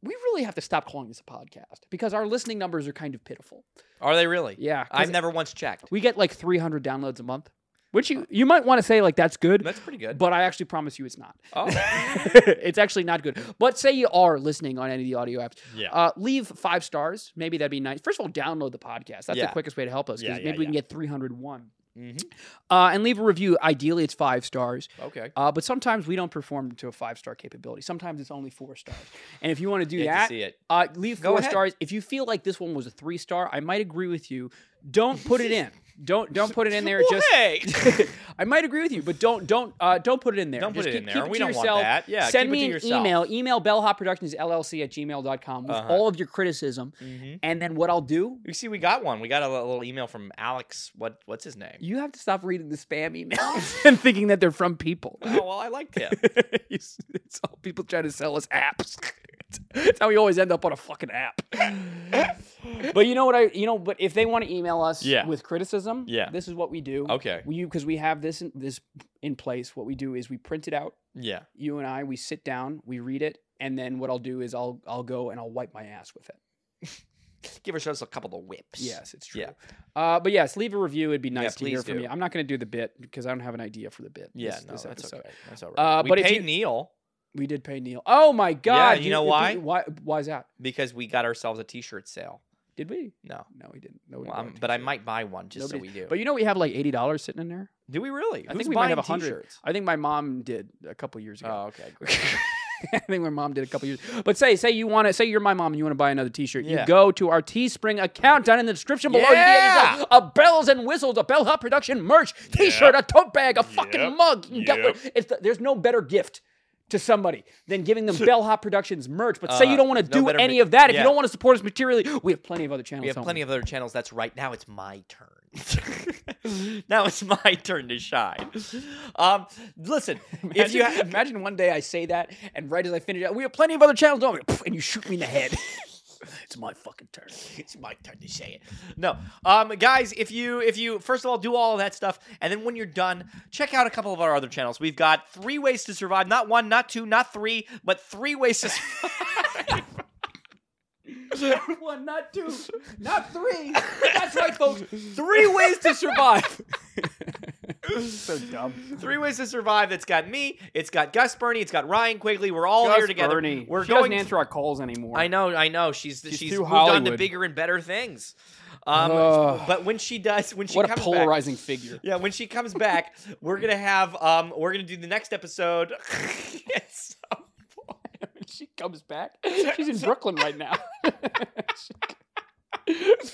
we really have to stop calling this a podcast because our listening numbers are kind of pitiful. Are they really? Yeah, 'cause I've never once checked. we get like 300 downloads a month, which you you might want to say like that's good, That's pretty good. but I actually promise you it's not. oh, it's actually not good. But say you are listening on any of the audio apps, Yeah. uh, leave five stars. Maybe that'd be nice. First of all, download the podcast. That's Yeah. the quickest way to help us Yeah, because yeah, maybe we can get 301. Mhm. Uh, and leave a review. Ideally, it's five stars. okay. Uh, but sometimes we don't perform to a five star capability. Sometimes it's only four stars. And if you want to do Hate to that, see it. Uh, leave Go four ahead. stars. If you feel like this one was a three star, I might agree with you. Don't put it in. Don't don't put it in there. Just hey. I might agree with you, but don't don't uh, don't put it in there. Don't put Just it keep, in keep there. We to don't want yourself. that. Yeah, keep Send it me to an yourself. email. Email bellhopproductionsllc at gmail.com with Uh-huh. all of your criticism. And then what I'll do, You see, we got one. We got a little email from Alex. What? What's his name? you have to stop reading the spam emails and thinking that they're from people. Oh well, I liked him. it's, it's all people trying to sell us apps. That's how we always end up on a fucking app. but you know what I you know, but if they want to email us Yeah. with criticism, Yeah. this is what we do. Okay. We because we have this in this in place. What we do is we print it out, Yeah. you and I, we sit down, we read it, and then what I'll do is I'll I'll go and I'll wipe my ass with it. Give ourselves a couple of whips. Yes, it's true. Yeah. Uh, but yes, leave a review. It'd be nice to hear please from do. you. I'm not going to do the bit because I don't have an idea for the bit. Yeah, this- no, this that's episode. okay. That's all right. Uh, we but if paid you- Neil We did pay Neil. Oh my God! you know why? Why? Why is that? because we got ourselves a T-shirt sale. Did we? No, No, we didn't. No, we well, bought I'm- a but I t-shirt. might buy one just Nobody- so we do. But you know, we have like eighty dollars sitting in there. do we really? I Who's think we might have buying a hundred. t-shirts? I think my mom did a couple years Oh, ago. okay. great. I think my mom did a couple years. But say, say you want to, say you're my mom and you want to buy another T-shirt. Yeah. You go to our Teespring account down in the description below. You can get Yeah. yourself a bells and whistles, a bellhop production merch T-shirt, a tote bag, a fucking mug. You can get one. It's the, there's no better gift. To somebody than giving them Bellhop Productions merch, but say Uh, you don't want to there's no do better any ma- of that. If yeah. you don't want to support us materially, we have plenty of other channels. we have don't plenty of other channels. That's right. Now it's my turn. now it's my turn to shine. Um, listen, if Imagine, you ha- imagine one day I say that, and right as I finish it, we have plenty of other channels, don't we? Pff, And you shoot me in the head. it's my fucking turn. it's my turn to say it. No, um, guys, if you if you first of all do all of that stuff, and then when you're done, check out a couple of our other channels. We've got three ways to survive. Not one, not two, not three, but three ways to. survive. One, not two, not three. That's right, folks. Three ways to survive. so dumb. Three ways to survive. That's got me. It's got Gus Bernie. It's got Ryan Quigley. We're all here Just together. Bernie. We're she going. doesn't answer our calls anymore. I know. I know. She's she's, She's too moved on to Hollywood. bigger and better things. Um, Ugh. but when she does, when she What a comes back, polarizing figure. yeah, when she comes back, we're gonna have um, we're gonna do the next episode. It's so- When she comes back. She's in Brooklyn right now.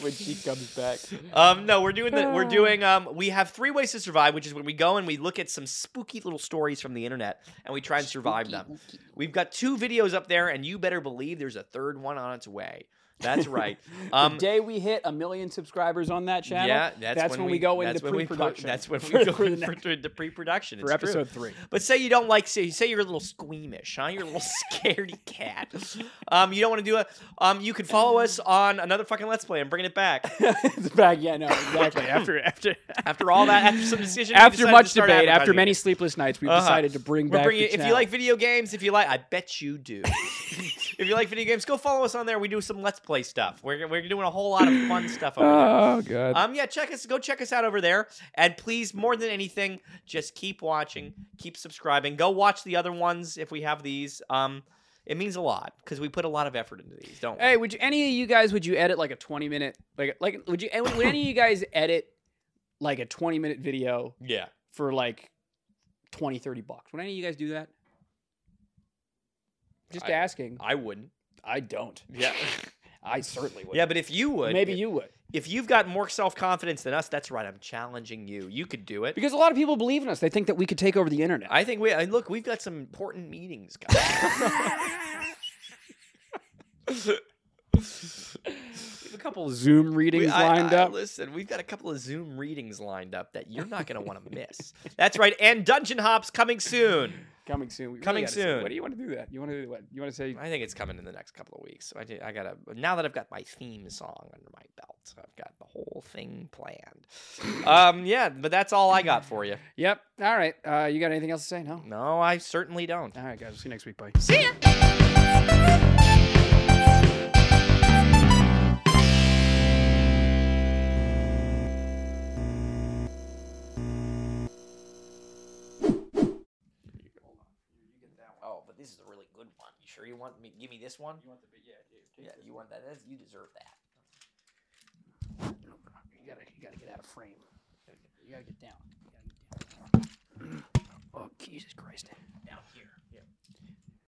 when she comes back. um, no, we're doing the we're Ah. doing um, we have three ways to survive, which is when we go and we look at some spooky little stories from the internet and we try and survive them. We've got two videos up there, and you better believe there's a third one on its way. That's right. Um, the day we hit a million subscribers on that channel, yeah, that's, that's when, when we we go that's into when we put- pre-production. That's when For- we go for the into next- the pre-production. It's for true. episode three. But say you don't like say say you're a little squeamish, huh? You're a little scaredy cat. Um, you don't want to do a. Um, you can follow us on another fucking Let's Play. I'm bringing it back it's back, yeah, no, exactly. After after after all that. After some decision. we decided after to much start debate, after advertising many it. sleepless nights, we've Uh-huh. decided to bring We're back. bringing. the If you channel. like video games, if you like, I bet you do. if you like video games, go follow us on there. We do some Let's Play stuff. We're we're doing a whole lot of fun stuff over there. oh god, Um, yeah, check us. Go check us out over there, and please, more than anything, just keep watching, keep subscribing. Go watch the other ones if we have these. Um, it means a lot because we put a lot of effort into these, don't we? Hey, would you, any of you guys would you edit like a twenty minute like like would you would any of you guys edit like a twenty minute video Yeah. for like 20, 30 bucks? Would any of you guys do that? Just I- asking. I wouldn't. I don't. Yeah. I certainly would. yeah, but if you would, maybe you would If you've got more self confidence than us, that's right. I'm challenging you. You could do it. because a lot of people believe in us. They think that we could take over the internet. I think we I, look. We've got some important meetings, guys. a couple Zoom readings We- I- lined I- up. Listen, we've got a couple of Zoom readings lined up that you're not going to want to miss. That's right, and Dungeon Hops coming soon. Coming soon. We really Coming gotta say- soon. What do you want to do that? You want to do what? You want to say? I think it's coming in the next couple of weeks. So I, did, I gotta now that I've got my theme song under my belt, I've got the whole thing planned. um, yeah, but that's all I got for you. Yep. All right. Uh, you got anything else to say? No. No, I certainly don't. All right, guys. We'll see you next week. Bye. See ya. Oh, Oh, but this is a really good one. You sure you want me? Give me this one. You want the yeah, yeah. You want that? That's, you deserve that. You gotta, you gotta get out of frame. You gotta get down. You gotta get down. Oh Jesus Christ! Down here. Yeah.